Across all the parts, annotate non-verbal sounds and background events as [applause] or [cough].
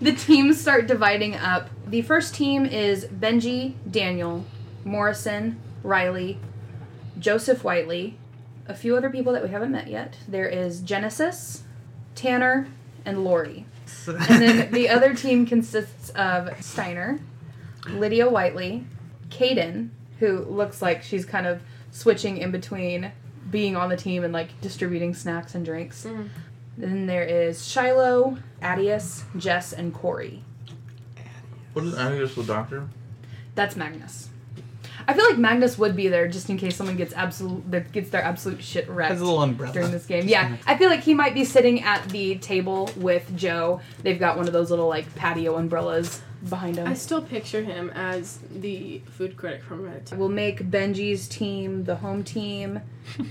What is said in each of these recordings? the teams start dividing up. The first team is Benji, Daniel, Morrison, Riley, Joseph Whiteley, a few other people that we haven't met yet. There is Genesis, Tanner, and Lori. And then the other team consists of Steiner, Lydia Whiteley, Kaden, who looks like she's kind of switching in between being on the team and like distributing snacks and drinks. Then there is Shiloh, Adius, Jess, and Corey. What is Adios the doctor? That's Magnus. I feel like Magnus would be there just in case someone gets absolute that gets their absolute shit wrecked. Has a little umbrella. Mm-hmm. during this game. Yeah, I feel like he might be sitting at the table with Joe. They've got one of those little like patio umbrellas behind I him. still picture him as the food critic from Red. We'll make Benji's team the home [laughs] team,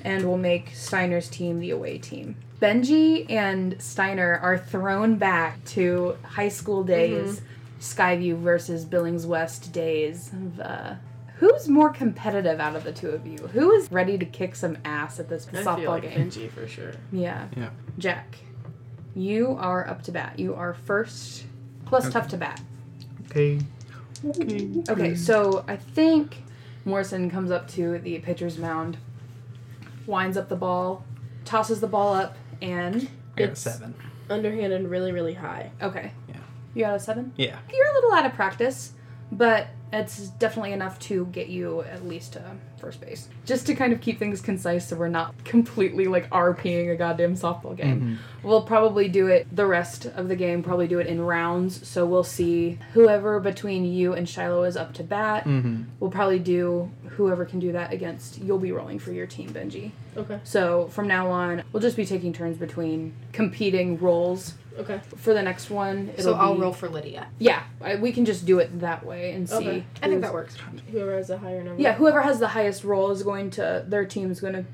and we'll make Steiner's team the away team. Benji and Steiner are thrown back to high school Mm-hmm. days, Skyview versus Billings West days. Of, uh, who's more competitive out of the two of you? Who is ready to kick some ass at this I softball feel like game? Benji for sure. Yeah. Yeah. Jack, you are up to bat. You are first, plus tough to bat. Okay. Okay. Okay, so I think Morrison comes up to the pitcher's mound, winds up the ball, tosses the ball up, and I got a it's- seven. Underhand and really, really high. Okay. Yeah. You got a seven. Yeah. You're a little out of practice, but it's definitely enough to get you at least to first base. Just to kind of keep things concise so we're not completely like RPing a goddamn softball game. Mm-hmm. We'll probably do it the rest of the game, probably do it in rounds. So we'll see whoever between you and Shiloh is up to bat. Mm-hmm. We'll probably do whoever can do that against. You'll be rolling for your team, Benji. Okay. So from now on, we'll just be taking turns between competing roles. Okay. For the next one, it'll so I'll be- roll for Lydia. Yeah, I, we can just do it that way and see. Okay. I think who's- that works. Whoever has a higher number. Yeah, whoever has the highest roll is going to their team's going to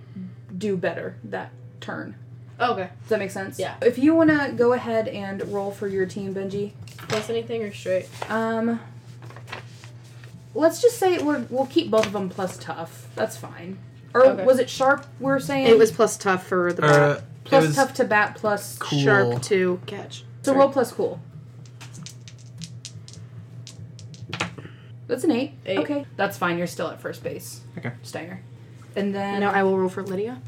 do better that turn. Oh, Okay. Does that make sense? Yeah. If you want to go ahead and roll for your team, Benji. Plus anything or straight. Um. Let's just say we're, we'll keep both of them plus tough. That's fine. Or Okay. was it sharp? We're saying It was plus tough for the Uh, bat. it plus was tough to bat plus. cool. sharp to catch. So roll plus cool. That's an eight. Eight. Okay, that's fine. You're still at first base. Okay. Steiner. And then Now I will roll for Lydia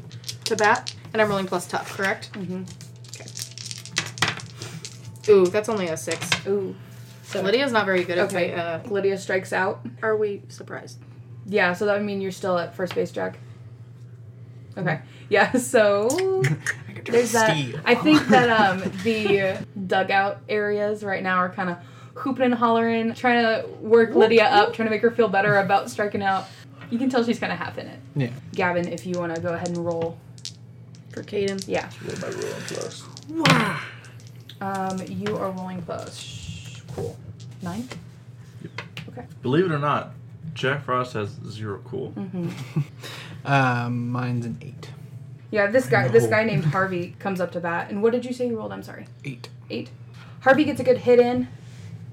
to bat, and I'm rolling plus tough, correct? Mhm. Ooh, that's only a six. ooh, So Lydia's not very good at Okay. my, uh, Lydia strikes out. Are we surprised? Yeah, so that would mean you're still at first base, Jack. Okay. Yeah. [laughs] So [laughs] I could There's that. steal. I think that [laughs] um, the dugout areas right now are kind of hooping and hollering, trying to work Lydia up, trying to make her feel better about striking out. You can tell she's kind of half in it. Yeah. Gavin, if you want to go ahead and roll, For Caden. yeah. Roll my roll plus. Wow. Um, you are rolling plus. Cool. Nine. Believe it or not, Jack Frost has zero cool. Mm-hmm. Um, mine's an eight. Yeah, this guy, this No. guy named Harvey comes up to bat. And what did you say you rolled? I'm sorry. Eight. eight. Harvey gets a good hit in,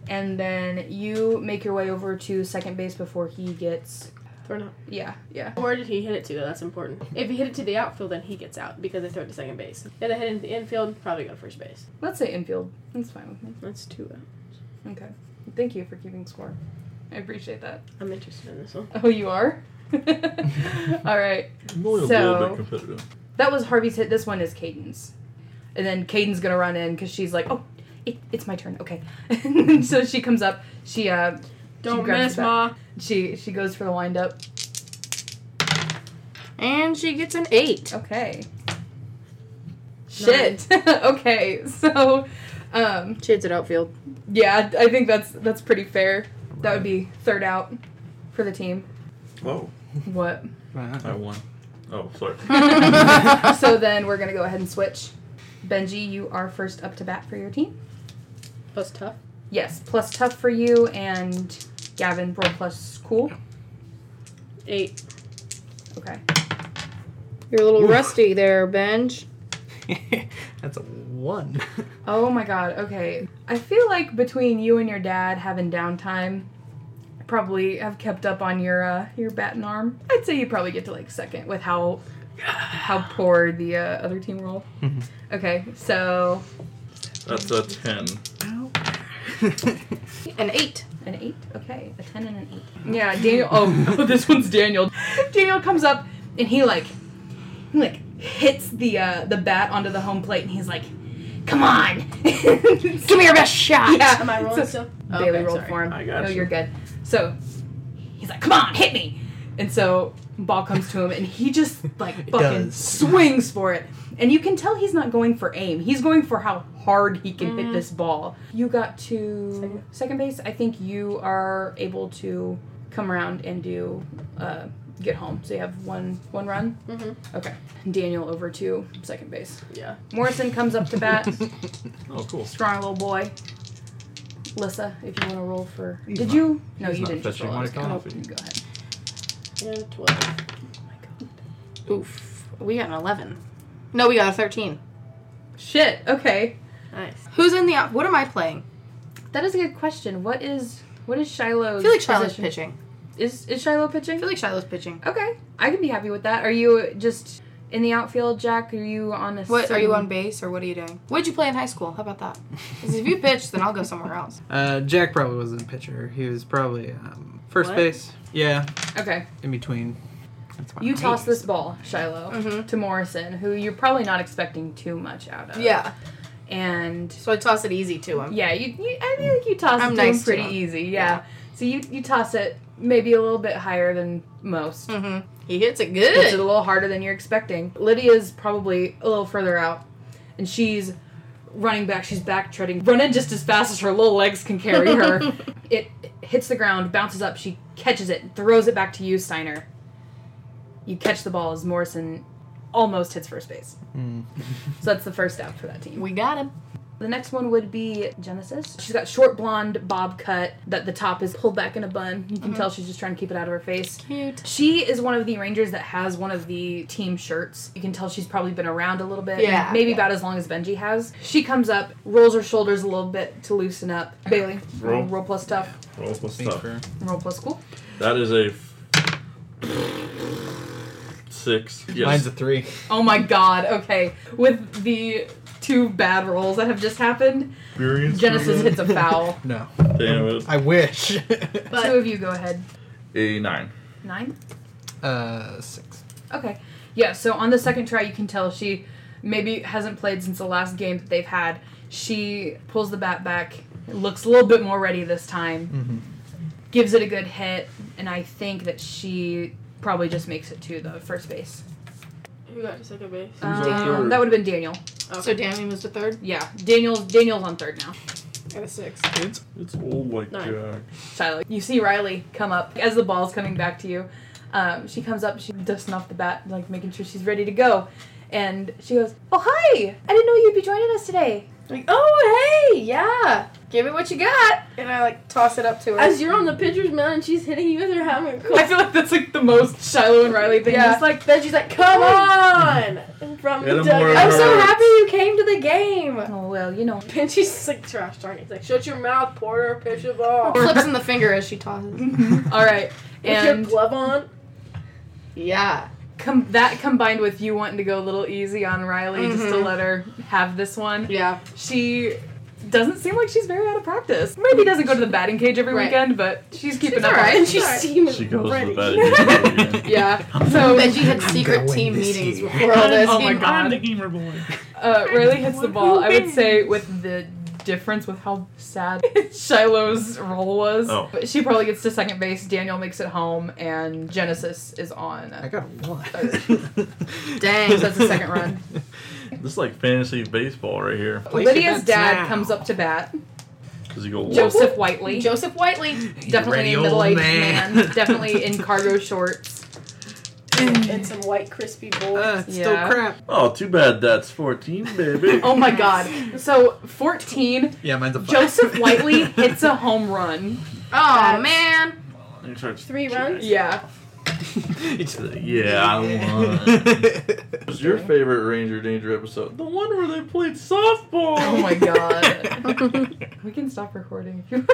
and then you make your way over to second base before he gets. Throw it out. Yeah, yeah. Where did he hit it to, though? That's important. If he hit it to the outfield, then he gets out because they throw it to second base. If they hit it to the infield, probably go to first base. Let's say infield. That's fine with me. That's two uh, out. Okay. Thank you for keeping score. I appreciate that. I'm interested in this one. [laughs] Oh, you are? [laughs] All right. I'm only a So- little bit competitive. That was Harvey's hit. This one is Caden's. And then Caden's going to run in because she's like, oh, it, it's my turn. Okay. [laughs] so she comes up. She, uh, Don't grabs miss, the bat. Ma. she, she goes for the windup. And she gets an eight. Okay. Shit. [laughs] okay. So, um, She hits it outfield. yeah, I think that's that's pretty fair. That would be third out for the team. Oh, What? Wow. I won. Oh, sorry. [laughs] so then we're gonna go ahead and switch. Benji, you are first up to bat for your team. Plus tough. Yes, plus tough for you and Gavin roll plus cool. Eight. Okay. You're a little Oof. rusty there, Benj. [laughs] That's a one. Oh my god, okay. I feel like between you and your dad having downtime, probably have kept up on your uh, your batting arm. I'd say you probably get to like second with how how poor the uh, [laughs] other team rolled. Mhm. Okay, so That's a 10. An eight. An eight? Okay. A ten and an eight. Yeah, Daniel oh [laughs] no, this one's Daniel. Daniel comes up and he like he like hits the uh the bat onto the home plate and he's like, Come on! [laughs] Give me your best shot. Yeah. Am I So- rolling still? Bailey Okay, rolled sorry. for him. I got no, you. are good. So he's like, "Come on, hit me!" And so ball comes to him, and he just like fucking does. swings for it. And you can tell he's not going for aim. He's going for how hard he can hit this ball. You got to Mm-hmm. second. Second. base. I think you are able to come around and do uh, get home. So you have one one run. Mhm. Okay. Daniel over to second base. Yeah. Morrison comes up to [laughs] bat. Oh, cool. strong little boy. Lissa, if you want to roll for. He's did not- you? No, he's you not didn't. Just fetching roll. my I was gonna- coffee. Go ahead. Yeah, 12. Oof. We got an eleven. No, we got a thirteen. Shit. Okay, Nice. Who's in the out? What am I playing? that is a good question. What is what is I Shiloh's? feel like Shiloh's position? pitching. Is is Shiloh I pitching? feel like Shiloh's pitching. okay, I can be happy with that. Are you just in the outfield, Jack? Are you on a? What are you on certain- base or what are you doing? What did you play in high school? How about that? 'Cause if you pitch, then I'll go somewhere else. Uh, Jack probably wasn't a pitcher. He was probably um, first What? base. Yeah, Okay, in between. That's why you I'm toss this pissed. ball, Shiloh, Mhm. to Morrison, who you're probably not expecting too much out of. [laughs] Yeah. and So I toss it easy to him. Yeah, you, you I feel like you toss I'm it nice to to him pretty him. easy. Yeah. So you you toss it maybe a little bit higher than most. Hmm. Mm-hmm. He hits it It's a good. little harder than you're expecting. Lydia's probably a little further out and she's running back, she's back treading, running just as fast as her little legs can carry her. it hits the ground, bounces up, she catches it, throws it back to you, Steiner. You catch the ball as Morrison almost hits first base. Mm. So that's the first out for that team. We got him. The next one would be Genesis. She's got short blonde bob cut that the top is pulled back in a bun. You can Mm-hmm. tell she's just trying to keep it out of her face. Cute. She is one of the rangers that has one of the team shirts. You can tell she's probably been around a little bit. Yeah, Maybe yeah. about as long as Benji has. She comes up, rolls her shoulders a little bit to loosen up. Bailey, roll, Roll. plus tough, Roll plus Thanks tough. for roll plus cool. That is a f- six. Yes. mine's a three. Oh my god, okay. With the two bad rolls that have just happened, experience. Genesis for that? hits a [laughs] foul. No, [laughs] Damn it. I wish. Two But of you go ahead. A nine. Nine? uh, six. Okay. Yeah, so on the second try, you can tell she maybe hasn't played since the last game that they've had. She pulls the bat back, looks a little bit more ready this time, Mhm. gives it a good hit, and I think that she probably just makes it to the first base. who got to second base? Who's on Um, third? that would have been Daniel. Okay. So Danny was to third. Yeah, Daniel's Daniel's on third now. I got a six. It's It's old like Nine. Jack. Shiloh, you see Riley come up as the ball's coming back to you. Um, she comes up, she dusting off the bat, like making sure she's ready to go, and she goes, "Oh hi! I didn't know you'd be joining us today." Like, oh hey, yeah. Give me what you got. And I like toss it up to her. As you're on the pitcher's mound and she's hitting you with her helmet, cool. I feel like that's like the most Shiloh and Riley thing. Yeah. Just like then she's like, come on! And From Hit the him more. I'm dugout. so happy you came to the game. oh well, you know. And she's just like trash talking. It's like, shut your mouth, Porter, pitch the ball. With [laughs] Flips in the finger as she tosses. Mm-hmm. All right, your and glove on. Yeah. com- that combined with you wanting to go a little easy on Riley just to Mhm. let her have this one, Yeah. she doesn't seem like she's very out of practice. Maybe doesn't go to the batting cage every Right. weekend, but she's keeping She's up. all right. [laughs] on And it. she's Sorry. seeming She goes ready. to the bed. [laughs] [laughs] yeah. So [laughs] So Benji had I'm secret going team this meetings year. before [laughs] all this. Oh my He- God. I'm the gamer boy. uh, Riley hits the one ball. who I would say with the difference with how sad [laughs] Shiloh's role was. Oh. But she probably gets to second base. Daniel makes it home, and Genesis is on. I got a [laughs] one. Dang, so that's the second [laughs] run. This is like fantasy baseball right here. Place your Lydia's bets dad now. comes up to bat. Because you go walk. Joseph Whiteley, Joseph Whiteley. definitely Ready, a old middle-aged man. man. [laughs] definitely in cargo shorts. And some white crispy bowl. Uh, it's Yeah. still crap. Oh, too bad that's 14, baby. [laughs] Oh my god! So fourteen, Yeah, mine's a five. Joseph Whiteley hits [laughs] a home run. Oh man. You start- Three runs? Yeah, It's- Yeah, I won. What's your favorite Ranger Danger episode? The one where they played softball. [laughs] Oh [laughs] my [laughs] God. we can stop recording. [laughs]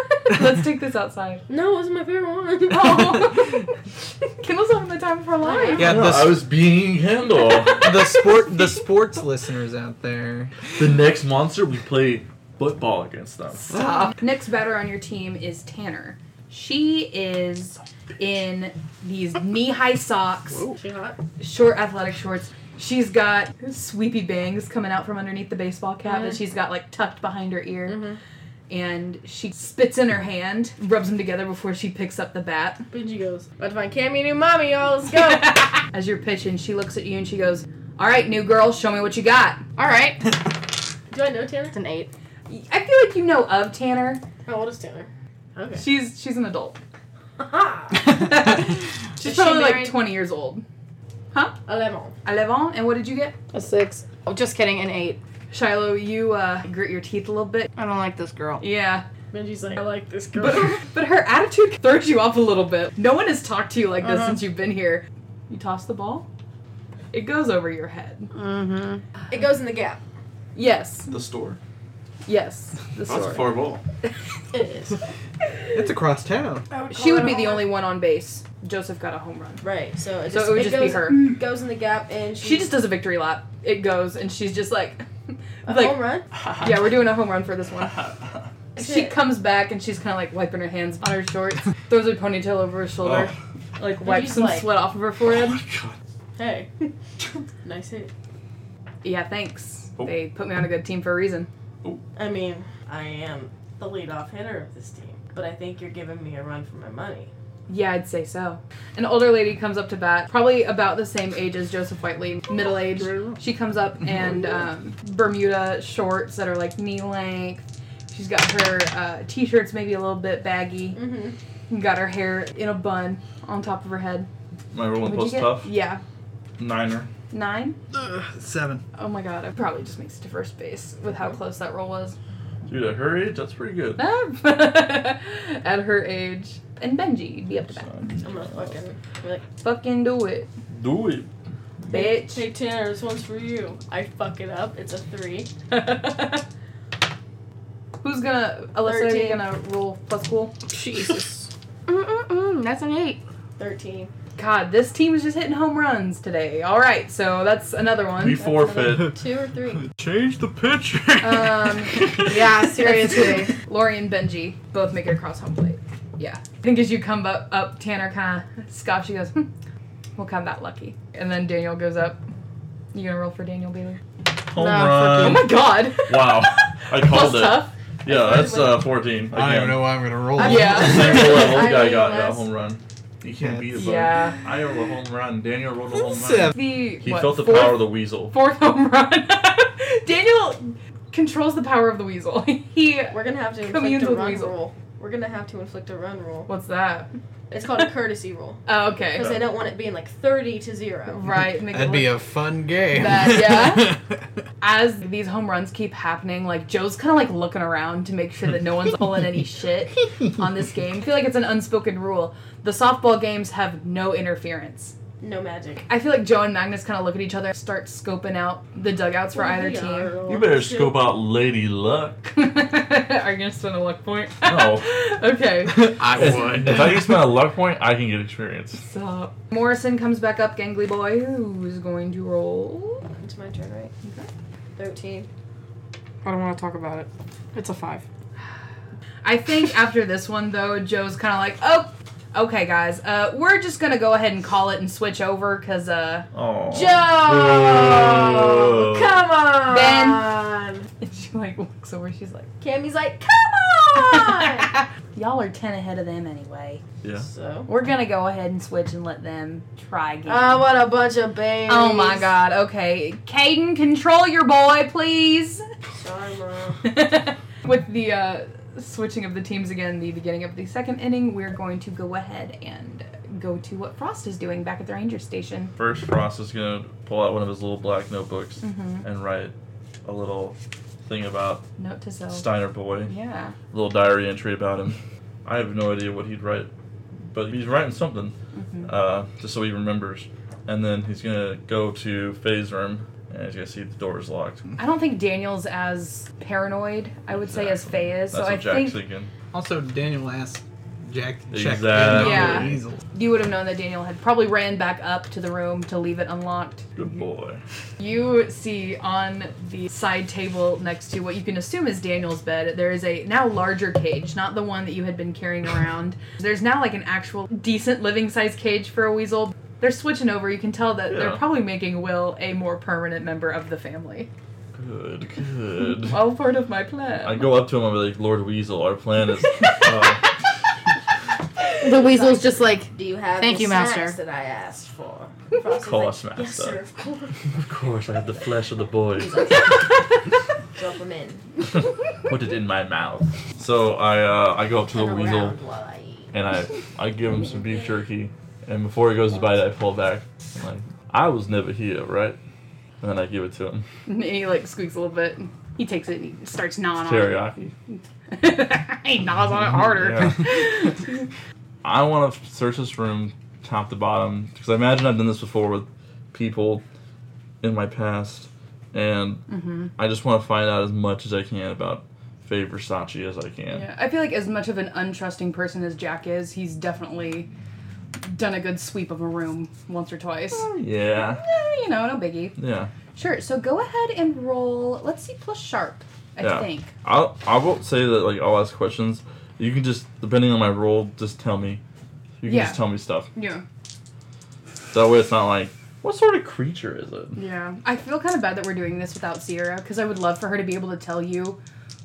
Let's take this outside. No, it was my favorite one. [laughs] Oh, [laughs] Kendall's having the time of her life. Yeah, No, the, I was being [laughs] Handel. [laughs] the sport, the sports listeners out there. the next monster we play football against them. Stop. Next batter on your team is Tanner. She is in these knee-high socks, Whoa. She hot. short athletic shorts. She's got sweepy bangs coming out from underneath the baseball cap that she's got like tucked behind her ear. Mm-hmm. Mhm. And she spits in her hand, rubs them together before she picks up the bat. Benji goes, about to find Cammy, new mommy, y'all. Let's go. [laughs] As you're pitching, she looks at you and she goes, "All right, new girl, show me what you got." All right. [laughs] Do I know Tanner? It's an eight. I feel like you know of Tanner. How old is [laughs] Tanner? Okay. She's she's an adult. Aha! She's Is she probably like married? 20 years old. Alemon. Alevon, and what did you get? A six. Oh, just kidding. An eight. Shiloh, you uh, grit your teeth a little bit. I don't like this girl. Yeah. Benji's like, I like this girl. But, [laughs] but her attitude throws you off a little bit. No one has talked to you like this Uh-huh. since you've been here. You toss the ball, it goes over your head. Mm-hmm. it goes in the gap. Yes, The store. yes. The That's a sword. far ball. It is. It's across town. [laughs] She would be the only one on base. Joseph got a home run. Right, so it, So it would just be goes, mm-hmm. her. Goes in the gap and she, She just does a victory lap. It goes, and she's just like, a like, home run. [laughs] yeah, we're doing a home run for this [laughs] one. She Shit. comes back and she's kind of like wiping her hands on her shorts, [laughs] throws her ponytail over her Oh shoulder, like wipes She's some like- sweat off of her forehead. Hey, [laughs] nice hit. Yeah, thanks. Oh. They put me on a good team for a reason. I mean, I am the leadoff hitter of this team, but I think you're giving me a run for my money. Yeah, I'd say so. An older lady comes up to bat, probably about the same age as Joseph Whiteley, middle age. She comes up and um, Bermuda shorts that are like knee length. She's got her uh, t shirts maybe a little bit baggy. Mm-hmm. Got her hair in a bun on top of her head. My rolling What'd plus you get? tough. Yeah. Niner. Nine? Ugh, Uh, seven. Oh my god, it probably just makes it to first base with how close that roll [laughs] was. [laughs] Dude, at her age, that's pretty good. At her age. And Benji, you'd be up to bat. I'm gonna fucking Fucking do it, Do it. bitch. take Tanner. This one's for you. I fuck it up. It's a three. [laughs] Who's gonna Alyssa? Are you Thirteen. gonna roll plus cool? Jesus. Mm-mm-mm. That's an [laughs] eight. Thirteen. [laughs] God, this team is just hitting home runs today. All right, so that's another We one. [laughs] forfeit. Two or three. Change the pitcher. Um, Yeah, seriously. Lori and Benji both make it across home plate. Yeah, I think as you come up, up Tanner kind of scoffs. She goes, hmm, "We'll come that lucky." And then Daniel goes up. You gonna roll for Daniel Baylor? Home Nah, Oh run. my God! Um, Wow. [laughs] I Plus called it. tough. Yeah, that's uh, 14. I don't even Again. know why I'm gonna [laughs] roll. Yeah. Same level. [laughs] I guy mean, got a that's- home run. You can't beat it, bud. Yeah. I rolled a home run. Daniel rolled a home run. Seven. The He what, felt the fourth- power of the weasel. fourth home run. [laughs] Daniel controls the power of the weasel. [laughs] he We're gonna have to Communes inflict a with run weasel. rule. We're gonna have to inflict a run rule. what's that? [laughs] It's called a courtesy rule Oh, okay. because they don't want it being like thirty to zero. Right. Make it That'd look- be a fun game. [laughs] That- yeah. As these home runs keep happening, like Joe's kind of like looking around to make sure that no one's pulling [laughs] any shit on this game. I feel like it's an unspoken rule. The softball games have no interference. No magic. I feel like Joe and Magnus kind of look at each other, start scoping out the dugouts for either [laughs] We team. are You better shit. scope out Lady Luck. Are you gonna spend a luck point? No. [laughs] okay. I would. If [laughs] I can spend a luck point, I can get experience. So Morrison comes back up, Gangly Boy, who's going to roll. It's my turn, right? Okay. Thirteen. I don't want to talk about it. It's a five. I think after this one though, Joe's kind of like, oh, okay, guys, uh, we're just gonna go ahead and call it and switch over because uh, [laughs] Oh. Joe! Boo. Come on! and she like looks over, she's like, Cammy's like, come on! [laughs] y'all are ten ahead of them anyway. Yeah. so. We're gonna go ahead and switch and let them try again. Oh, what a bunch of babies. Oh my god, okay. Caden, control your boy, please. Sorry, Mom. [laughs] With the uh, switching of the teams again, the beginning of the second inning, we're going to go ahead and go to what Frost is doing back at the ranger station. First, Frost is going to pull out one of his little black notebooks Mm-hmm. and write a little thing about Note to self. Steiner Boy, Yeah. little diary entry about him. I have no idea what he'd write, but he's writing something Mhm. uh, just so he remembers. And then he's going to go to Faye's room and he's going to see the door is locked. I don't think Daniel's as paranoid, I would say, as Faye is. That's so I what Jack's think thinking. also, Daniel asked Jack checked Exactly. in on Yeah. [laughs] the weasel. You would have known that Daniel had probably ran back up to the room to leave it unlocked. Good boy. You see on the side table next to what you can assume is Daniel's bed, there is a now larger cage, not the one that you had been carrying around. There's now like an actual decent living size cage for a weasel. They're switching over. You can tell that Yeah. they're probably making Will a more permanent member of the [laughs] family. Good, good. All part of my plan. I [laughs] go up to him and be like, Lord Weasel, our plan is. Uh, The weasel's just like, Do you have Thank the you, snacks Master. that I asked for? [laughs] Call us Master. Yes, sir, of course. of course, I have the flesh of the boys. [laughs] Drop them in. [laughs] Put it in my mouth. So I uh, I go up to the Turn weasel around while I eat. and I I give him some beef jerky, and before he goes to bite, I pull back. I'm like, I was never here, right? And then I give it to him. And he like squeaks a little bit. He takes it and he starts gnawing Teriyaki. on it. [laughs] he gnaws on it harder. [laughs] I want to search this room top to bottom because I imagine I've done this before with people in my past, and I just want to find out as much as I can about Faye Versace as I can. Yeah, I feel like as much of an untrusting person as Jack is, he's definitely done a good sweep of a room once or twice. Yeah, Eh, you know, no biggie. yeah. Sure. So go ahead and roll. Let's see, plus sharp. I Yeah. think. I'll I won't say that like I'll ask questions. You can just depending on my role, just tell me. You can Yeah. just tell me stuff. Yeah. That way, it's not like what sort of creature is it? Yeah. I feel kind of bad that we're doing this without Sierra because I would love for her to be able to tell you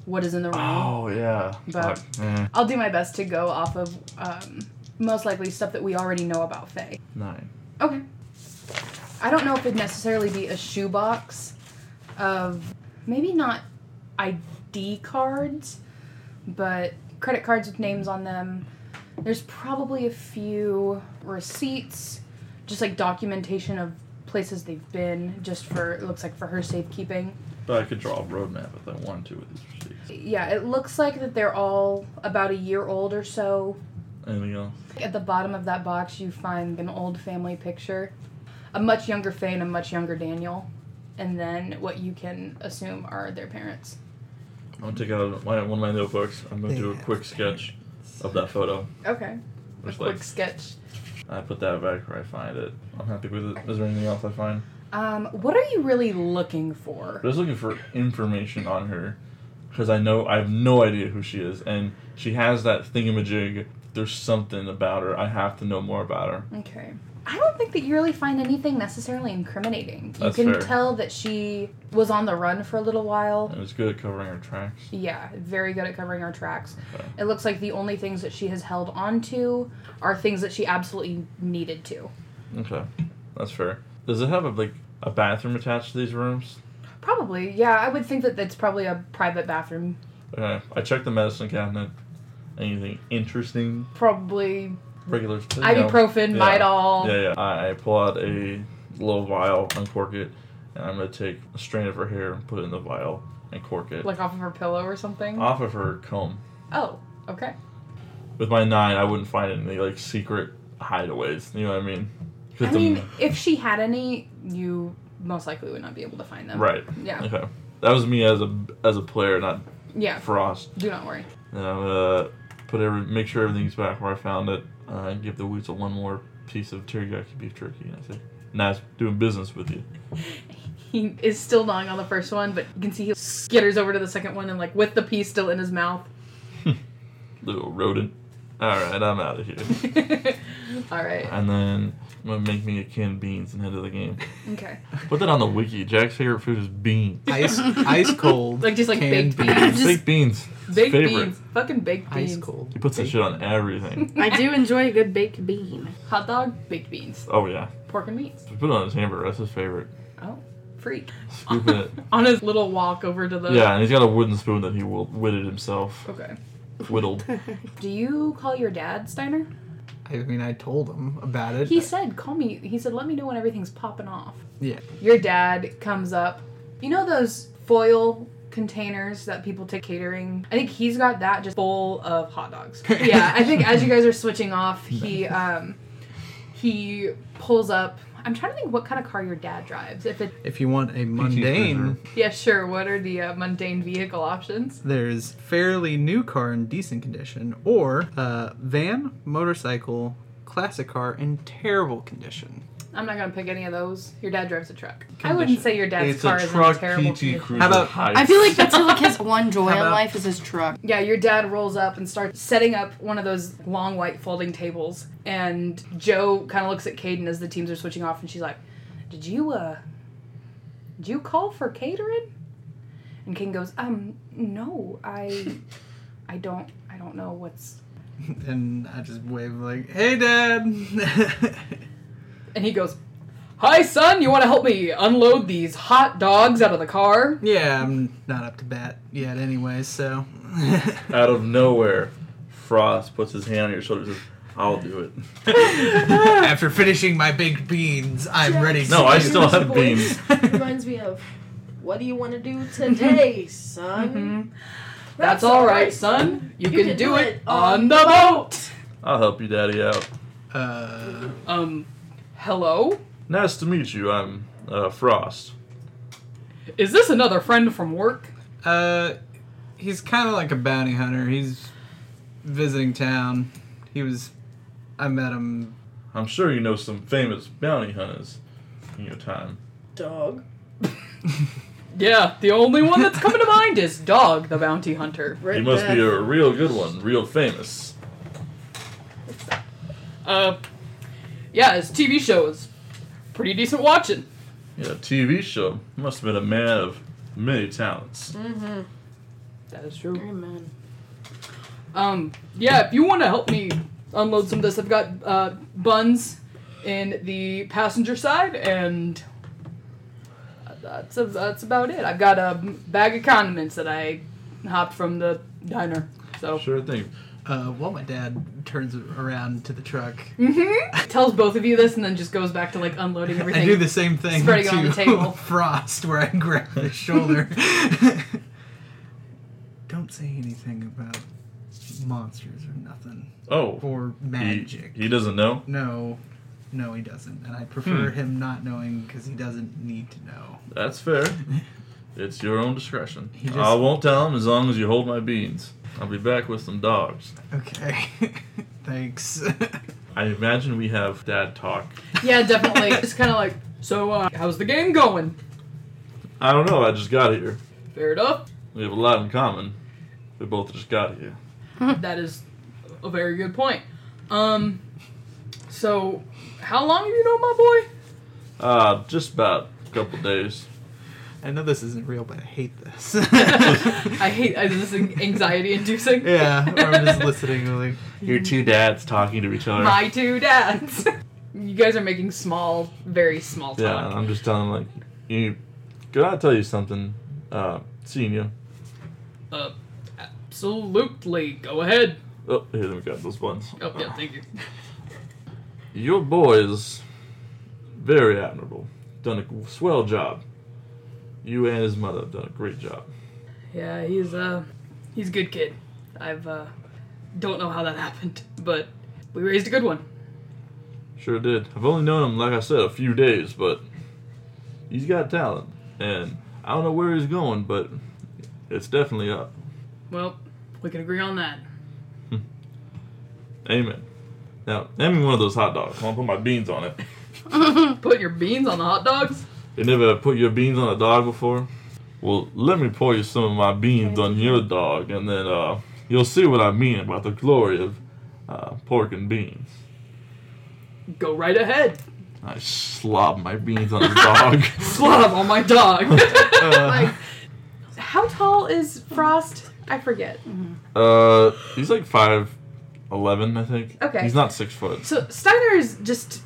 what is in the room. Oh yeah. But- Fuck, eh, I'll do my best to go off of um, most likely stuff that we already know about Faye. nine. Okay. I don't know if it'd necessarily be a shoebox of maybe not ID cards, but credit cards with names on them. There's probably a few receipts, just like documentation of places they've been, just for it looks like for her safekeeping. But I could draw a roadmap if I wanted to with these receipts. Yeah, it looks like that they're all about a year old or so. Anything else? At the bottom of that box, you find an old family picture, a much younger Faye and a much younger Daniel, and then what you can assume are their parents. I'm gonna take out my, one of my notebooks. I'm gonna They do a have quick sketch of that photo. Okay. A Just quick like sketch. I put that back where I find it. I'm happy with it. Is there anything else I find? Um, what are you really looking for? I was looking for information on her because I know I have no idea who she is, and she has that thingamajig. There's something about her. I have to know more about her. Okay. I don't think that you really find anything necessarily incriminating. That's you can fair. tell that she was on the run for a little while. And it's good at covering her tracks. Yeah, very good at covering our tracks. Okay. It looks like the only things that she has held on to are things that she absolutely needed to. Okay, that's fair. Does it have a like a bathroom attached to these rooms? Probably, yeah. I would think that that's probably a private bathroom. Okay, I checked the medicine cabinet. Anything interesting? Probably Regular. you know. ibuprofen, yeah. Midol. Yeah, yeah. I, I pull out a little vial, uncork it, and I'm gonna take a strand of her hair and put it in the vial and cork it Like off of her pillow or something. off of her comb. oh, okay. With my nine, I wouldn't find any like secret hideaways. You know what I mean? 'Cause I the- mean, if she had any, you most likely would not be able to find them. right. Yeah. Okay. That was me as a as a player, not Yeah. Frost. Do not worry. And I'm gonna put every make sure everything's back where I found it. Uh, and give the weasel one more piece of teriyaki beef jerky, and I say, "Nice doing business with you." He is still gnawing on the first one, but you can see he skitters over to the second one and like with the piece still in his mouth. [laughs] little rodent. All right, I'm out of here. All right. and then I'm gonna make me a can of beans and head to the game. Okay. Put that on the wiki. Jack's favorite food is beans. [laughs] Ice, ice cold. Like just like canned baked beans. Just- Baked beans. It's Baked favorite. beans. Fucking baked beans. Ice cold. He puts that shit on [laughs] everything. I do enjoy a good baked bean. Hot dog, baked beans, Oh yeah. pork and meats. He put it on his hamburger. That's his favorite. Oh, freak. [laughs] Scoop it. on his little walk over to the Yeah, and he's got a wooden spoon that he will whittled himself. Okay. Whittled. Do you call your dad Steiner? I mean, I told him about it. He said, "Call me." He said, "Let me know when everything's popping off." Yeah. Your dad comes up. You know those foil containers that people take catering. I think he's got that just full of hot dogs. yeah, I think as you guys are switching off, he um he pulls up. I'm trying to think what kind of car your dad drives. If it, If you want a mundane, yeah, sure. What are the uh, mundane vehicle options? there's fairly new car in decent condition, or uh, van, motorcycle, classic car in terrible condition. I'm not gonna pick any of those. Your dad drives a truck. I Condition. wouldn't say your dad's it's car a is truck in terrible PT condition. Cruiser. How about- Heights. I feel like [laughs] that's like his one joy How in about- life is his truck. Yeah, your dad rolls up and starts setting up one of those long white folding tables, and Joe kind of looks at Caden as the teams are switching off, and she's like, "Did you uh, did you call for catering?" And Caden goes, "Um, no, I, I don't, I don't know what's." [laughs] And I just wave like, "Hey, Dad." [laughs] And he goes, "Hi, son. You want to help me unload these hot dogs out of the car?" yeah, I'm not up to bat yet, anyway. So, [laughs] out of nowhere, Frost puts his hand on your shoulder and says, I'll do it. after finishing my baked beans, I'm ready. to No, I do still have Voice. beans. Reminds me of, what do you want to do [laughs] today, son? Mm-hmm. That's all right, son. You, You can, do it on on the boat. I'll help you, Daddy, out. Uh, Um, hello? Nice to meet you. I'm uh, Frost. Is this another friend from work? uh, he's kind of like a bounty hunter. He's visiting town. He was, I met him. I'm sure you know some famous bounty hunters in your time. Dog. Yeah, the only one that's coming to mind is Dog the Bounty Hunter. Right you must be back. a real good one, real famous. Uh, yeah, his TV show is pretty decent watching. Yeah, TV show. Must have been a man of many talents. That is true. Amen. Um, yeah, if you want to help me unload some of this, I've got uh, buns in the passenger side, and that's a, that's about it. I've got a bag of condiments that I hopped from the diner. So Sure thing. Uh, while my dad turns around to the truck, Mm-hmm. Tells both of you this and then just goes back to like unloading everything. [laughs] I do the same thing Spreading to it on the table. [laughs] Frost, where I grab his shoulder. [laughs] Don't say anything about monsters or nothing Oh, or he, magic. he doesn't know? no, no, he doesn't, and I prefer Hmm. him not knowing because he doesn't need to know. That's [laughs] fair. It's your own discretion. He just- I won't tell him as long as you hold my beans. I'll be back with some dogs. Okay, [laughs] thanks. [laughs] I imagine we have dad talk. Yeah, definitely. just kind of like, so uh, how's the game going? I don't know, I just got here. Fair [laughs] enough. We have a lot in common. We both just got here. that is a very good point. Um, so how long have you known my boy? [laughs] Uh, just about a couple days. I know this isn't real, but I hate [laughs] this. [laughs] I hate I, this is anxiety inducing. yeah, or I'm just listening like Your two dads talking to each other. [laughs] My two dads. you guys are making small, very small talk. yeah, and I'm just telling him, like, you, can I tell you something? Uh, seeing you. Uh, Absolutely. Go ahead. Oh, here, let me grab those buns. Oh yeah, thank you. Your boy is very admirable. Done a swell job. You and his mother have done a great job. Yeah, he's uh he's a good kid. I've uh don't know how that happened, but we raised a good one. Sure did. I've only known him, like I said, a few days, but he's got talent. And I don't know where he's going, but it's definitely up. Well, we can agree on that. Amen. Now, hand me one of those hot dogs. I'm gonna put my beans on it. Put your beans on the hot dogs? You never put your beans on a dog before? Well, let me pour you some of my beans on your dog, and then uh, you'll see what I mean about the glory of uh, pork and beans. Go right ahead. I slob my beans on [laughs] the dog. Slob on my dog. [laughs] Uh, how tall is Frost? I forget. Uh, he's like five eleven, I think. Okay. He's not six foot. So Steiner is just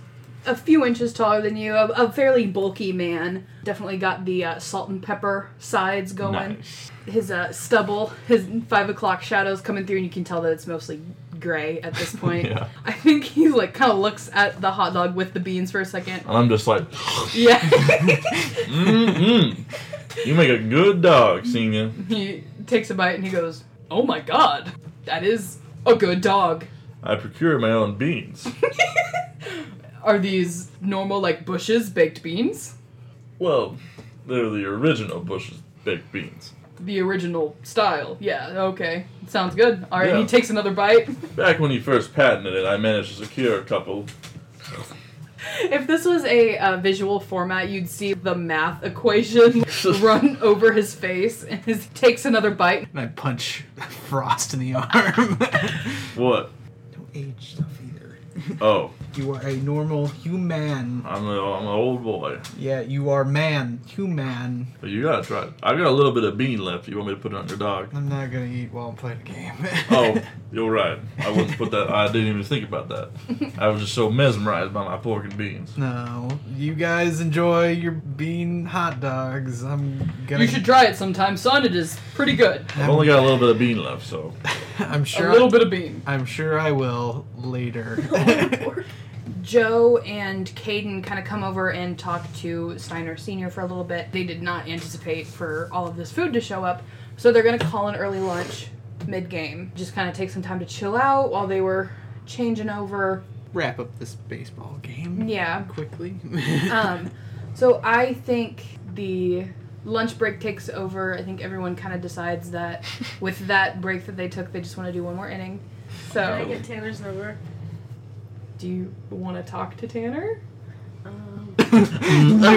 a few inches taller than you, a, a fairly bulky man. Definitely got the uh, salt and pepper sides going. Nice. his uh, stubble, his five o'clock shadows coming through, and you can tell that it's mostly gray at [laughs] this point. Yeah. I think he like kind of looks at the hot dog with the beans for a second. And I'm just like, Yeah, [laughs] mm You make a good dog, Senior. he takes a bite and he goes, "Oh my god, that is a good dog." I procure my own beans. [laughs] Are these normal like bushes baked beans? Well, they're the original Bush's baked beans. The original style. Yeah, okay. Sounds good. All right, Yeah. he takes another bite. [laughs] Back when you first patented it, I managed to secure a couple. If this was a uh, visual format, you'd see the math equation run over his face [laughs] as he takes another bite. And I punch [laughs] Frost in the arm. [laughs] What? Don't age stuff either. Oh, You are a normal human. I'm a, I'm an old boy. Yeah, you are man. Human. But you gotta try it. I've got a little bit of bean left. You want me to put it on your dog? I'm not gonna eat while I'm playing a game. [laughs] Oh, you're right. I wouldn't put that. I didn't even think about that. I was just so mesmerized by my pork and beans. No, you guys enjoy your bean hot dogs. I'm gonna. You should try it sometime, son. It is pretty good. I've only got a little bit of bean left, so [laughs] I'm sure. A little Oh, bit of bean. I'm sure I will [laughs] later. Joe and Caden kind of come over and talk to Steiner Sr. for a little bit. They did not anticipate for all of this food to show up, so they're going to call an early lunch mid game. Just kind of take some time to chill out while they were changing over. [laughs] Wrap up this baseball game Yeah. quickly. [laughs] Um, so I think the lunch break takes over. I think everyone kind of decides [laughs] that with that break that they took, they just want to do one more inning. Can I So get Tanner's number? Do you want to talk to Tanner? Um, do, do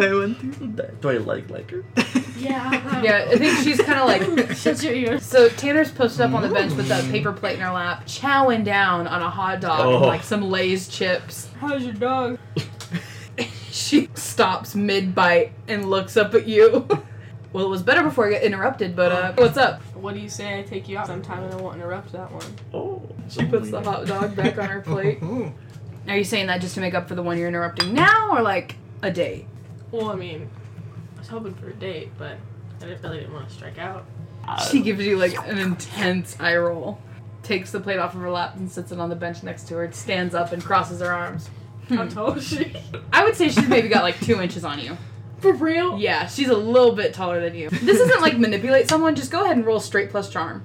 I want to? do I like like her? [laughs] um, yeah. yeah, I think she's kind of [laughs] like Shut your ears. So Tanner's posted up on the bench with that paper plate in her lap, chowing down on a hot dog and Oh. like some Lay's chips. [laughs] How's your dog? She stops mid bite and looks up at you. [laughs] well, it was better before I got interrupted, but uh, what's up? What do you say I take you out sometime and I won't interrupt that one? Oh, She puts the hot dog back [laughs] on her plate. Oh. Are you saying that just to make up for the one you're interrupting now, or like a date? Well, I mean, I was hoping for a date, but I didn't really didn't want to strike out. She gives you like an intense eye roll, takes the plate off of her lap and sits it on the bench next to her. Stands up and crosses her arms. How tall is she? I would say she's maybe got like two inches on you. [laughs] For real? Yeah, she's a little bit taller than you. This isn't like manipulate someone. Just go ahead and roll straight plus charm.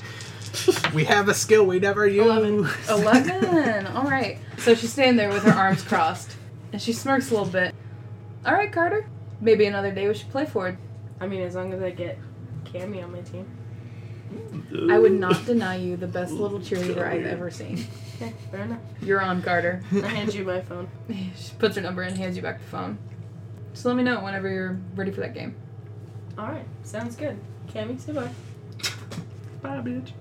[laughs] we have a skill we never use. Eleven. Eleven. [laughs] All right. So she's standing there with her arms crossed, and she smirks a little bit. All right, Carter. Maybe another day we should play for it. I mean, as long as I get Cammy on my team. I would not deny you the best little cheerleader I've ever seen. Okay, fair enough. You're on, Carter. I hand you my phone. She puts her number and hands you back the phone. Just let me know whenever you're ready for that game. All right, sounds good. Cammy, say bye. Bye, bitch.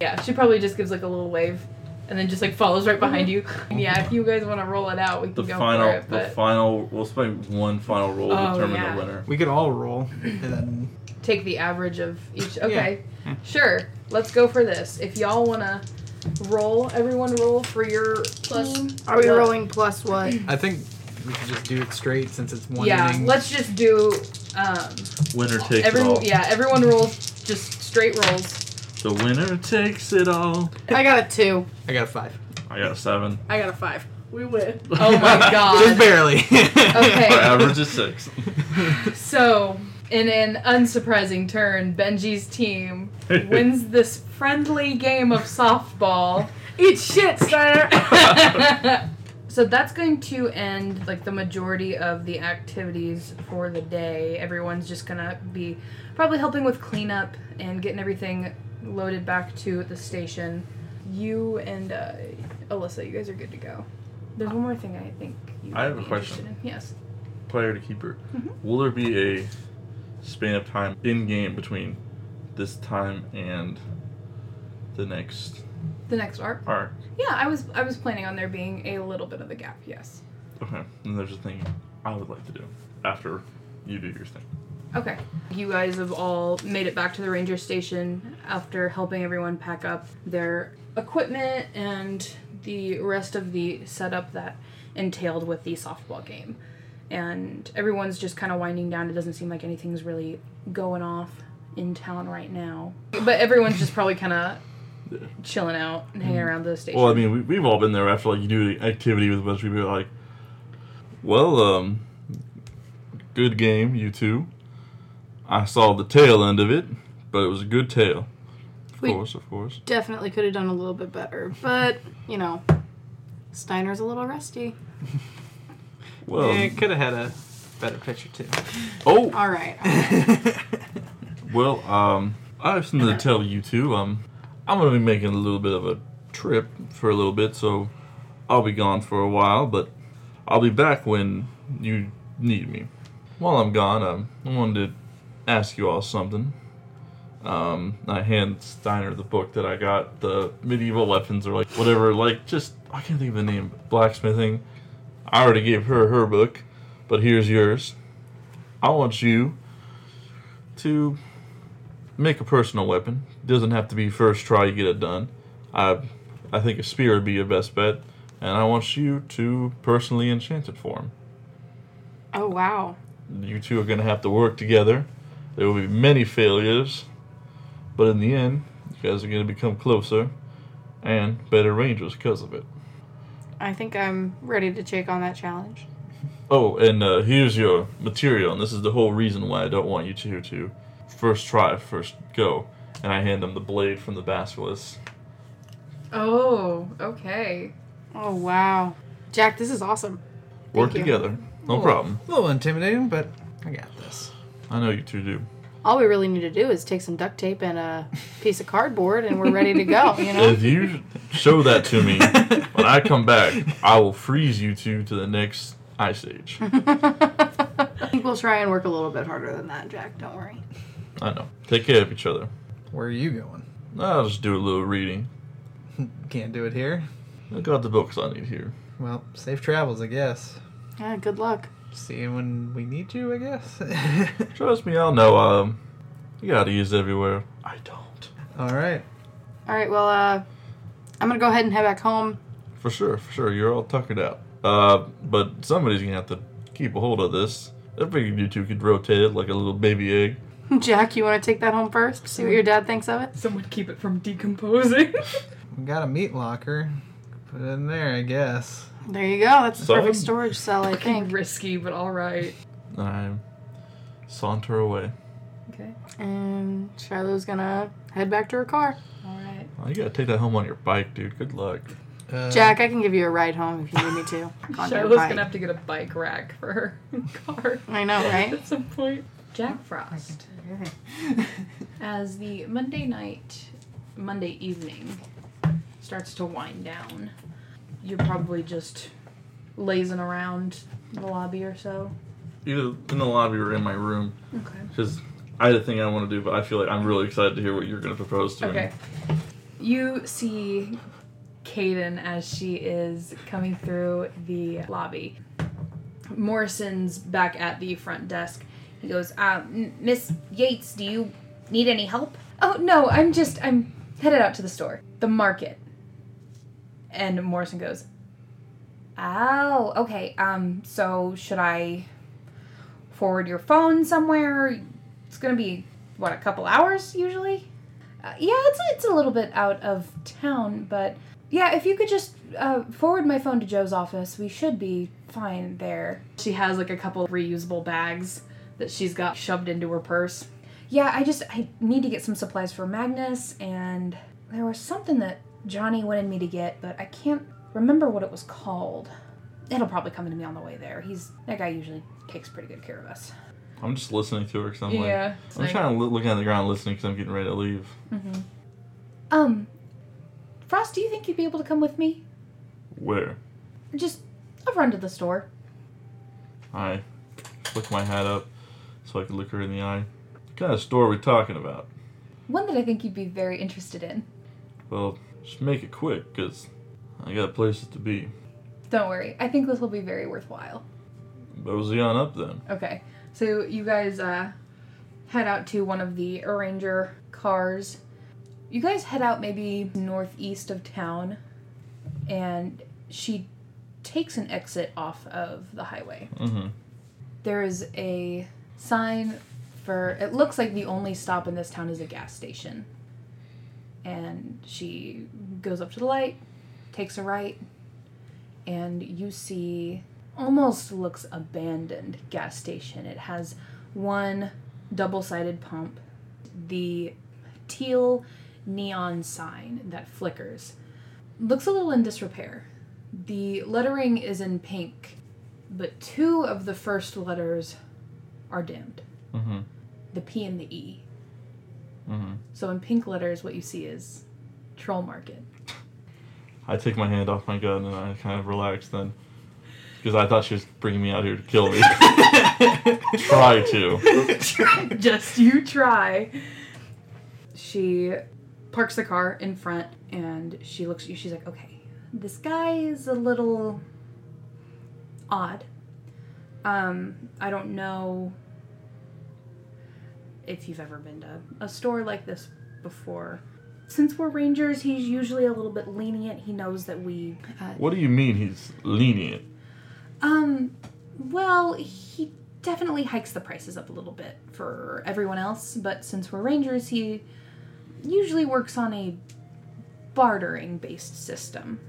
Yeah, she probably just gives like a little wave, and then just like follows right behind you. Yeah, if you guys want to roll it out, we can The go final, for it. the But final. We'll spend one final roll to Oh, determine yeah. the winner. We could all roll, and then take the average of each. Okay, Hmm. sure. Let's go for this. If y'all wanna roll, everyone roll for your Plus- team. Are we What? rolling plus what? I think we could just do it straight since it's one yeah, inning. let's just do. Um, Winner takes every it all. yeah, everyone rolls just straight [laughs] rolls. The winner takes it all. I got a two. I got a five. I got a seven. I got a five. We win. Oh [laughs] [laughs] my Just god. barely. Okay. Our [laughs] average is six. So, in an unsurprising turn, Benji's team [laughs] wins this friendly game of softball. [laughs] Eat shit, Steiner. so that's going to end like the majority of the activities for the day. Everyone's just gonna be probably helping with cleanup and getting everything loaded back to the station. You and uh, Alyssa, you guys are good to go. There's one more thing I think. You I might have be a question. interested in. Yes. Player to keeper. Will there be a span of time in game between this time and the next The next arc. arc? Yeah, I was I was planning on there being a little bit of a gap. Yes. Okay. And there's a thing I would like to do after you do your thing. Okay. You guys have all made it back to the ranger station after helping everyone pack up their equipment and the rest of the setup that entailed with the softball game. And everyone's just kind of winding down. It doesn't seem like anything's really going off in town right now. But everyone's just probably kind of chilling out and hanging around the station. Well, I mean, we, we've all been there after like you do the activity with a bunch of people. Like, well, um, good game, you two. I saw the tail end of it, but it was a good tail. Of We- course, of course. Definitely could have done a little bit better, but you know, Steiner's a little rusty. Well, yeah, could have had a better picture too. oh, All right. Well, um, I have something to tell you two. Um, I'm gonna be making a little bit of a trip for a little bit, so I'll be gone for a while, but I'll be back when you need me. While I'm gone, um, I wanted to ask you all something. Um, I hand Steiner the book that I got, the medieval weapons or like whatever, like just I can't think of the name, blacksmithing. I already gave her her book, but here's yours. I want you to make a personal weapon. Doesn't have to be first try you get it done. I I think a spear would be your best bet, and I want you to personally enchant it for him. Oh wow. You two are gonna have to work together. There will be many failures, but in the end, you guys are gonna become closer and better rangers because of it. I think I'm ready to take on that challenge. Oh, and uh, here's your material, and this is the whole reason why I don't want you two to first try, first go. And I hand them the blade from the basilisk. Oh, okay. Oh wow. Jack, this is awesome. Work you. together, no Cool. problem. A little intimidating, but I got this. I know you two do. All we really need to do is take some duct tape and a piece of cardboard and we're ready to go, you know? [laughs] If you show that to me when I come back, I will freeze you two to the next ice age. I think we'll try and work a little bit harder than that, Jack. Don't worry. I know. Take care of each other. Where are you going? I'll just do a little reading. Can't do it here. I got the books I need here. Well, safe travels, I guess. Yeah, good luck. See you when we need you, I guess. [laughs] Trust me, I'll know. Um, you got ease everywhere. I don't. All right. All right, well, uh, I'm gonna go ahead and head back home. For sure, for sure. You're all tuckered out. Uh, but somebody's gonna have to keep a hold of this. I figured you two could rotate it like a little baby egg. [laughs] Jack, you wanna take that home first? See what your dad thinks of it? Someone keep it from decomposing. We got a meat locker. Put it in there, I guess. There you go. That's the Solid. perfect storage cell, I [laughs] think. Risky, but all right. And I saunter away. And Shiloh's gonna head back to her car. All right. Oh, you gotta take that home on your bike, dude. Good luck. Uh, Jack, I can give you a ride home if you need me to. On your Shiloh's bike. gonna have to get a bike rack for her [laughs] car I know, right? at some point. Jack Frost. [laughs] As the Monday night, Monday evening starts to wind down, you're probably just lazing around the lobby or so. Either in the lobby or in my room. Okay. Because I had a thing I want to do, but I feel like I'm really excited to hear what you're going to propose to me. Okay. You see Caden as she is coming through the lobby. Morrison's back at the front desk. He goes, uh, M- Miss Yates, do you need any help? Oh, no, I'm just, I'm headed out to the store, the market. And Morrison goes, Oh, okay. Um, so should I forward your phone somewhere? It's gonna be, what, a couple hours usually? Uh, yeah, it's it's a little bit out of town, but yeah, if you could just uh, forward my phone to Joe's office, we should be fine there. She has like a couple reusable bags that she's got shoved into her purse. Yeah, I just I need to get some supplies for Magnus, and there was something that Johnny wanted me to get, but I can't remember what it was called. It'll probably come to me on the way there. He's that guy usually takes pretty good care of us. I'm just listening to her because I'm like, I'm trying to look looking at the ground listening because I'm getting ready to leave. Mm-hmm. Um, Frost, do you think you'd be able to come with me? Where? Just I'll run to the store. I flick my hat up so I can look her in the eye. What kind of store are we talking about? One that I think you'd be very interested in. Well, just make it quick because I got places to be. Don't worry. I think this will be very worthwhile. Mosey on up then. Okay. So you guys uh, head out to one of the arranger cars. You guys head out maybe northeast of town, and she takes an exit off of the highway. Mm-hmm. There is a sign for. It looks like the only stop in this town is a gas station. And she goes up to the light, takes a right, and you see almost looks abandoned gas station. It has one double sided pump, the teal neon sign that flickers. Looks a little in disrepair. The lettering is in pink, but two of the first letters are dimmed Mm-hmm. the P and the E. Mm-hmm. So in pink letters, what you see is Troll Market. I take my hand off my gun and I kind of relax then. Because I thought she was bringing me out here to kill me. [laughs] Try to. [laughs] Just you try. She parks the car in front and she looks at you. She's like, okay, this guy is a little odd. Um, I don't know if you've ever been to a store like this before. Since we're rangers, he's usually a little bit lenient. He knows that we uh, What do you mean he's lenient? Um, well, he definitely hikes the prices up a little bit for everyone else, but since we're rangers, he usually works on a bartering based system.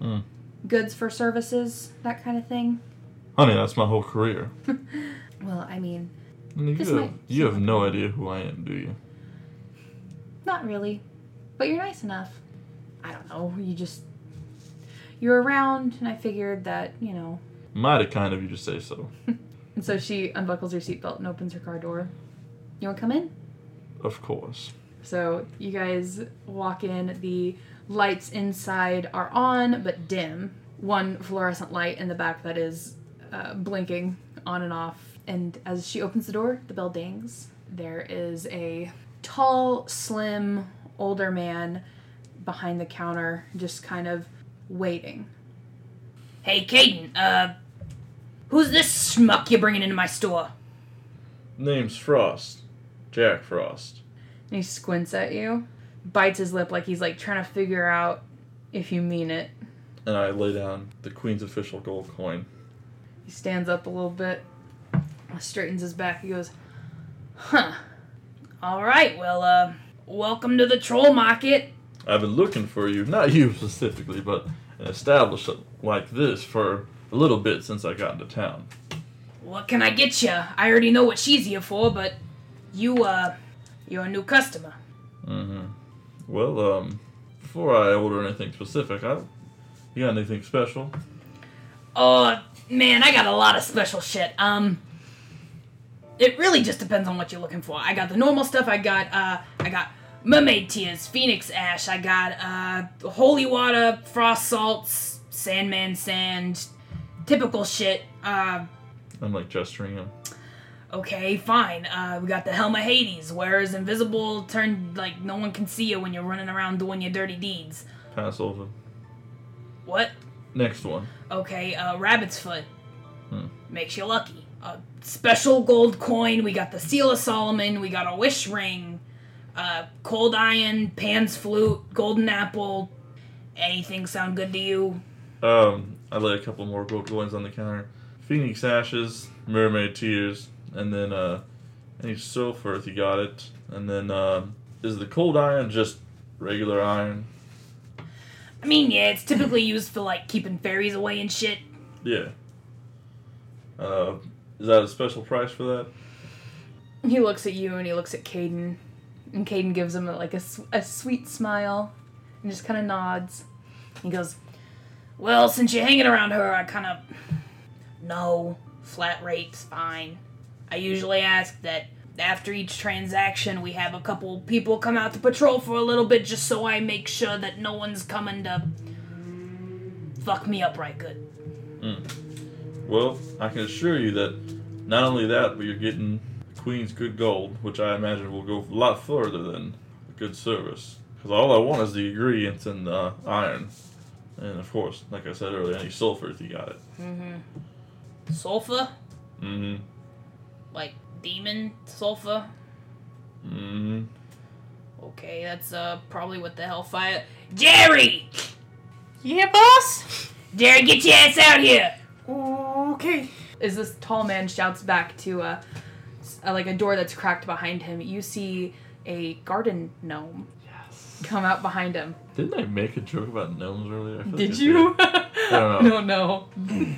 Hmm. Goods for services, that kind of thing. Honey, that's my whole career. Well, I mean, You This have, might- you have no idea who I am, do you? not really, but you're nice enough. I don't know, you just. You're around, and I figured that, you know. Mighty kind of you to say so. And so she unbuckles her seatbelt and opens her car door. You wanna come in? Of course. So you guys walk in, the lights inside are on but dim. One fluorescent light in the back that is uh, blinking on and off. And as she opens the door, the bell dings. There is a tall, slim, older man behind the counter, just kind of waiting. Hey, Caden, uh, who's this schmuck you're bringing into my store? Name's Frost. Jack Frost. And he squints at you, bites his lip like he's like trying to figure out if you mean it. And I lay down the Queen's official gold coin. He stands up a little bit, straightens his back. He goes, "Huh. All right. Well, uh, welcome to the troll market." I've been looking for you, not you specifically, but an establishment like this for a little bit since I got into town. What can I get you? I already know what she's here for, but you, uh, you're a new customer. Mm-hmm. Well, um, before I order anything specific, I you got anything special? Oh man, I got a lot of special shit. Um, it really just depends on what you're looking for. I got the normal stuff. I got uh, I got mermaid tears, phoenix ash. I got uh, holy water, frost salts, sandman sand, typical shit. Uh, I'm like gesturing him. okay, fine. Uh, we got the helm of Hades, where is invisible, turned like no one can see you when you're running around doing your dirty deeds. Pass over. What? Next one. Okay, uh, rabbit's foot. Hmm. Makes you lucky. A special gold coin. We got the seal of Solomon. We got a wish ring. Uh, cold iron, pan's flute, golden apple. Anything sound good to you? Um, I lay a couple more gold coins on the counter. Phoenix ashes, mermaid tears, and then uh, any sulfur if you got it. And then um, is the cold iron just regular iron? I mean, yeah, it's typically used for like keeping fairies away and shit. Yeah. Uh, is that a special price for that? He looks at you and he looks at Caden, and Caden gives him like a, s- a sweet smile, and just kind of nods. He goes, "Well, since you're hanging around her, I kind of no flat rate's fine. I usually ask that after each transaction, we have a couple people come out to patrol for a little bit, just so I make sure that no one's coming to fuck me up right good." Well, I can assure you that not only that, but you're getting Queen's good gold, which I imagine will go a lot further than good service. Because all I want is the ingredients and the iron. And of course, like I said earlier, any sulfur if you got it. Sulfur, Mm like demon sulfur. hmm. Mm Okay, that's uh probably what the hellfire. Jerry, Yeah, boss. Jerry, get your ass out here! Okay. As this tall man shouts back to a, a like a door that's cracked behind him, you see a garden gnome come out behind him. Didn't I make a joke about gnomes earlier? I feel like I [laughs] Did you? don't know. No,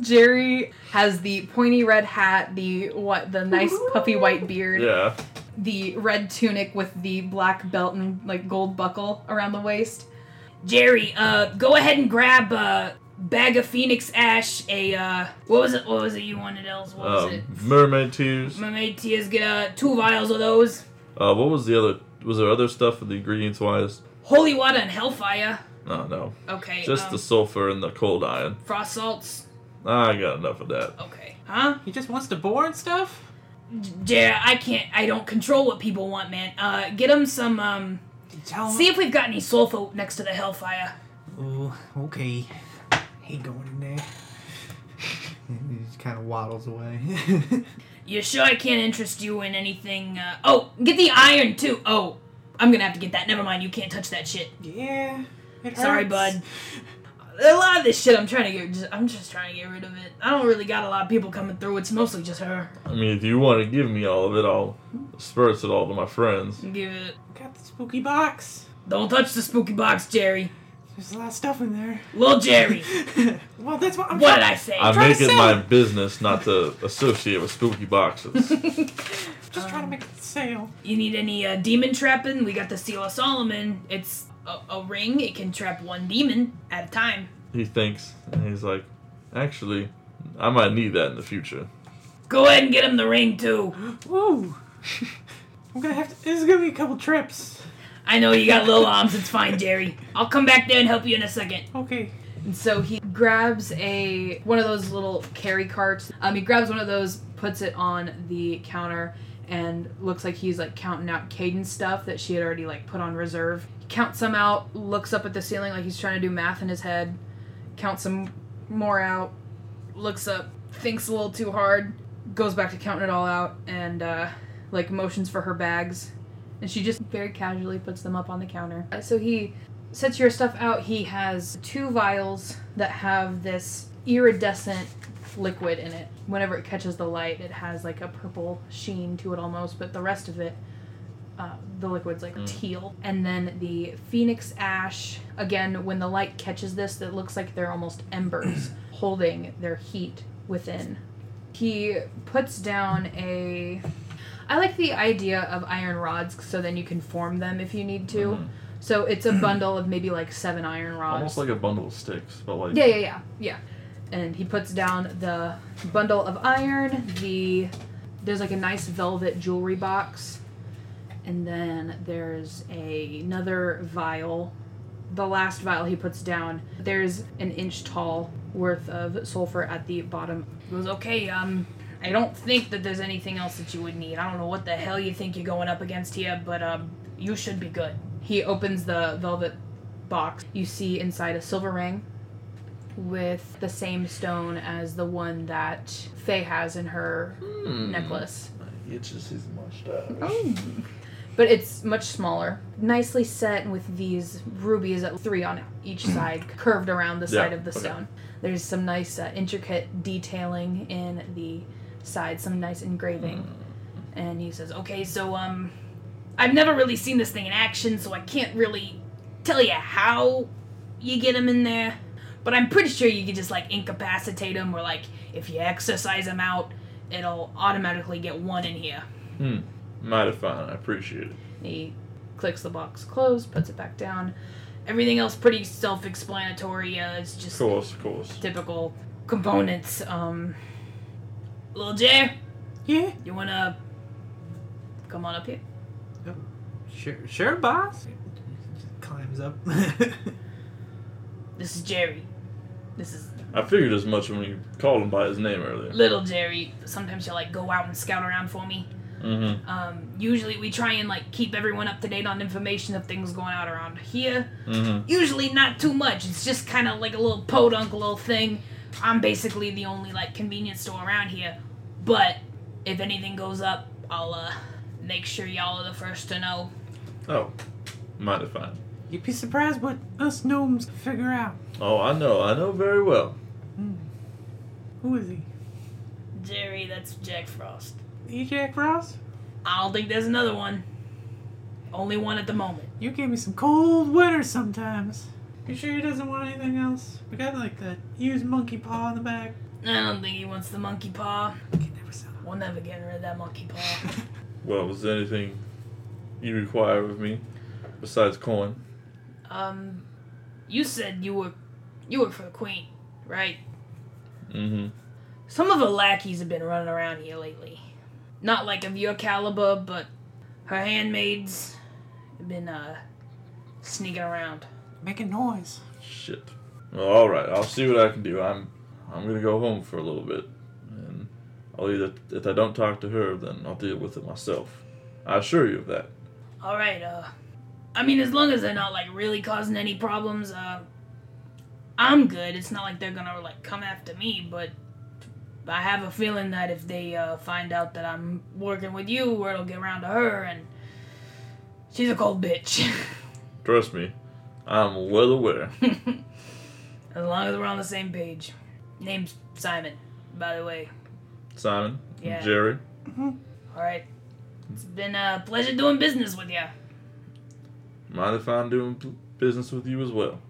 Jerry has the pointy red hat, the what, the nice puffy white beard, Yeah. the red tunic with the black belt and like gold buckle around the waist. Jerry, uh, go ahead and grab a bag of Phoenix Ash. A uh, what was it? What was it you wanted else? What was Um, it? mermaid tears. My mate Tia's get uh, two vials of those. Uh, what was the other? Was there other stuff the ingredients wise? Holy water and hellfire. No, no. Okay. Just um, the sulfur and the cold iron. frost salts. I got enough of that. Okay. Huh? [laughs] He just wants to board stuff? Yeah, I can't. I don't control what people want, man. Uh, get them some. Um, Tell see if we've got any sulfur next to the hellfire. Oh, okay. Ain't going in there. And he just kind of waddles away. You sure I can't interest you in anything? Uh, oh, get the iron too. Oh, I'm gonna have to get that. Never mind. You can't touch that shit. [laughs] yeah. It Sorry, bud. A lot of this shit, I'm trying to get. Just, I'm just trying to get rid of it. I don't really got a lot of people coming through. It's mostly just her. I mean, if you want to give me all of it, I'll disperse it all to my friends. Give it. Got the spooky box. Don't touch the spooky box, Jerry. There's a lot of stuff [laughs] in there. Little [laughs] Jerry. well, that's what I'm what did I say? I [laughs] trying make to it say- my business not to associate with spooky boxes. [laughs] just trying to make a sale. [laughs] You need any uh, demon trapping? We got the Seal of Solomon. It's a, a ring. It can trap one demon at a time. he thinks, and he's like, actually, I might need that in the future. Go ahead and get him the ring too. Woo! [laughs] I'm gonna have to. This is gonna be a couple trips. I know you got little arms. It's fine, Jerry. I'll come back there and help you in a second. Okay. And so he grabs a one of those little carry carts. Um, he grabs one of those, puts it on the counter, and looks like he's like counting out Caden's stuff that she had already like put on reserve. Counts some out, looks up at the ceiling like he's trying to do math in his head. Counts some more out, looks up, thinks a little too hard, goes back to counting it all out, and uh, like motions for her bags, and she just very casually puts them up on the counter. Uh, So he sets your stuff out, he has two vials that have this iridescent liquid in it. Whenever it catches the light, it has like a purple sheen to it almost, but the rest of it, uh, the liquid's like teal. And then the phoenix ash, again, when the light catches this, it looks like they're almost embers holding their heat within. He puts down a. I like the idea of iron rods so then you can form them if you need to. Mm-hmm. So it's a bundle of maybe like seven iron rods. Almost like a bundle of sticks, but like Yeah, yeah, yeah, yeah. And he puts down the bundle of iron. The there's like a nice velvet jewelry box, and then there's a, another vial. The last vial he puts down. There's an inch tall worth of sulfur at the bottom. He goes, okay, um, I don't think that there's anything else that you would need. I don't know what the hell you think you're going up against here, but, um, you should be good. He opens the velvet box. You see inside a silver ring with the same stone as the one that Faye has in her hmm, necklace. Oh. It just is much But it's much smaller, nicely set with these rubies, at three on each side, curved around the Mm. Yeah, side of the okay. stone. There's some nice uh, intricate detailing in the side, some nice engraving. Mm. And he says, okay, so, um, I've never really seen this thing in action, so I can't really tell you how you get him in there. But I'm pretty sure you could just, like, incapacitate him, or, like, if you exercise him out, it'll automatically get one in here. Might have found. I appreciate it. He clicks the box close, puts it back down. Everything else pretty self-explanatory. Uh, it's just Of course, of course. typical components. Um, little Jay, Yeah. you wanna come on up here? Sure, sure, boss. Climbs up. [laughs] This is Jerry. This is I figured as much when you called him by his name earlier. little Jerry. Sometimes she'll like go out and scout around for me. Mm-hmm. Um, usually we try and like keep everyone up to date on information of things going out around here. Mm-hmm. Usually not too much. It's just kind of like a little podunk little thing. I'm basically the only like convenience store around here. But if anything goes up, I'll uh make sure y'all are the first to know. Oh, might have found. You'd be surprised what us gnomes figure out. Hmm. Oh, I know. I know very well. Who is he? Jerry, that's Jack Frost. E. Jack Frost? I don't think there's another one. Only one at the moment. You gave me some cold winters sometimes. You sure he doesn't want anything else? We got like that used monkey paw in the back. I don't think he wants the monkey paw. Can never sell We'll never get rid of that monkey paw. it. [laughs] Well, was there anything you require of me besides coin? [laughs] Um, You said you work, you work for the queen, right? Mm-hmm. Some of her lackeys have been running around here lately. Not like of your caliber, but her handmaids have been uh, sneaking around. Making noise. Shit. Well, all right. I'll see what I can do. I'm I'm gonna go home for a little bit, and I'll either if I don't talk to her, then I'll deal with it myself. I assure you of that. All right. Uh, I mean, as long as they're not like really causing any problems, uh, I'm good. It's not like they're gonna like come after me, but I have a feeling that if they uh, find out that I'm working with you, word will get around to her, and she's a cold bitch. [laughs] Trust me, I'm well aware. as long [laughs] as we're on the same page. Name's Simon, by the way. Simon, Yeah. Jerry, All right. It's been a pleasure doing business with you. mind if I'm doing p- business with you as well?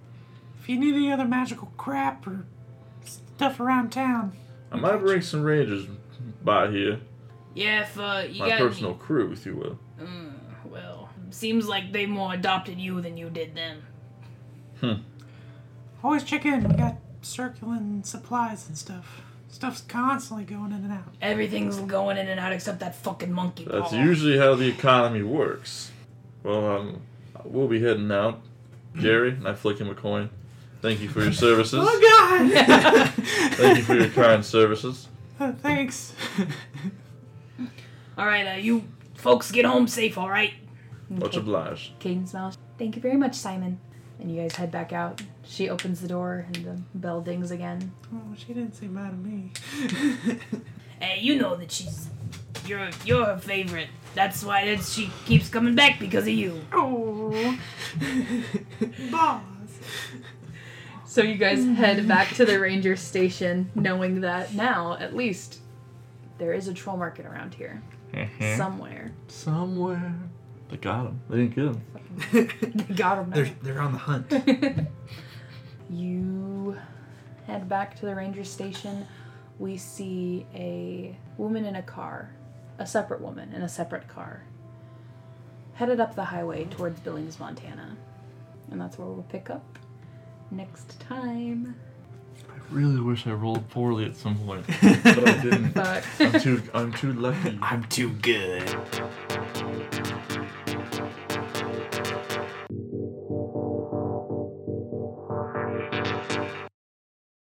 If you need any other magical crap or stuff around town, I might bring some rangers by here, Yeah, if uh, you my got personal crew, if you will. Any, mm, well, seems like they more adopted you than you did them. always check in. We got circulating supplies and stuff. Stuff's constantly going in and out. Everything's going in and out except that fucking monkey paw. Oh. That's usually how the economy works. Well, um, we'll be heading out, Jerry, and I flick him a coin. Thank you for your services. Oh Thank you for your kind services. [laughs] God! [laughs] Thanks. All right, uh, you folks get home safe, all right? Much obliged. Caden smiles. Thank you very much, Simon. And you guys head back out. She opens the door and the bell dings again. Oh, she didn't say bye to [laughs] me. Hey, you know that she's you're you're her favorite. That's why that she keeps coming back because of you. [laughs] oh, boss. So you [laughs] guys head back to the ranger station, knowing that now, at least, there is a troll market around here somewhere. Somewhere. They got him. They didn't get him. Got him. They're they're on the hunt. You head back to the ranger station. We see a woman in a car, a separate woman in a separate car, headed up the highway towards Billings, Montana. And that's where we'll pick up next time. I really wish I rolled poorly [laughs] at some point, but I didn't. Fuck. I'm too. I'm too lucky. I'm too good.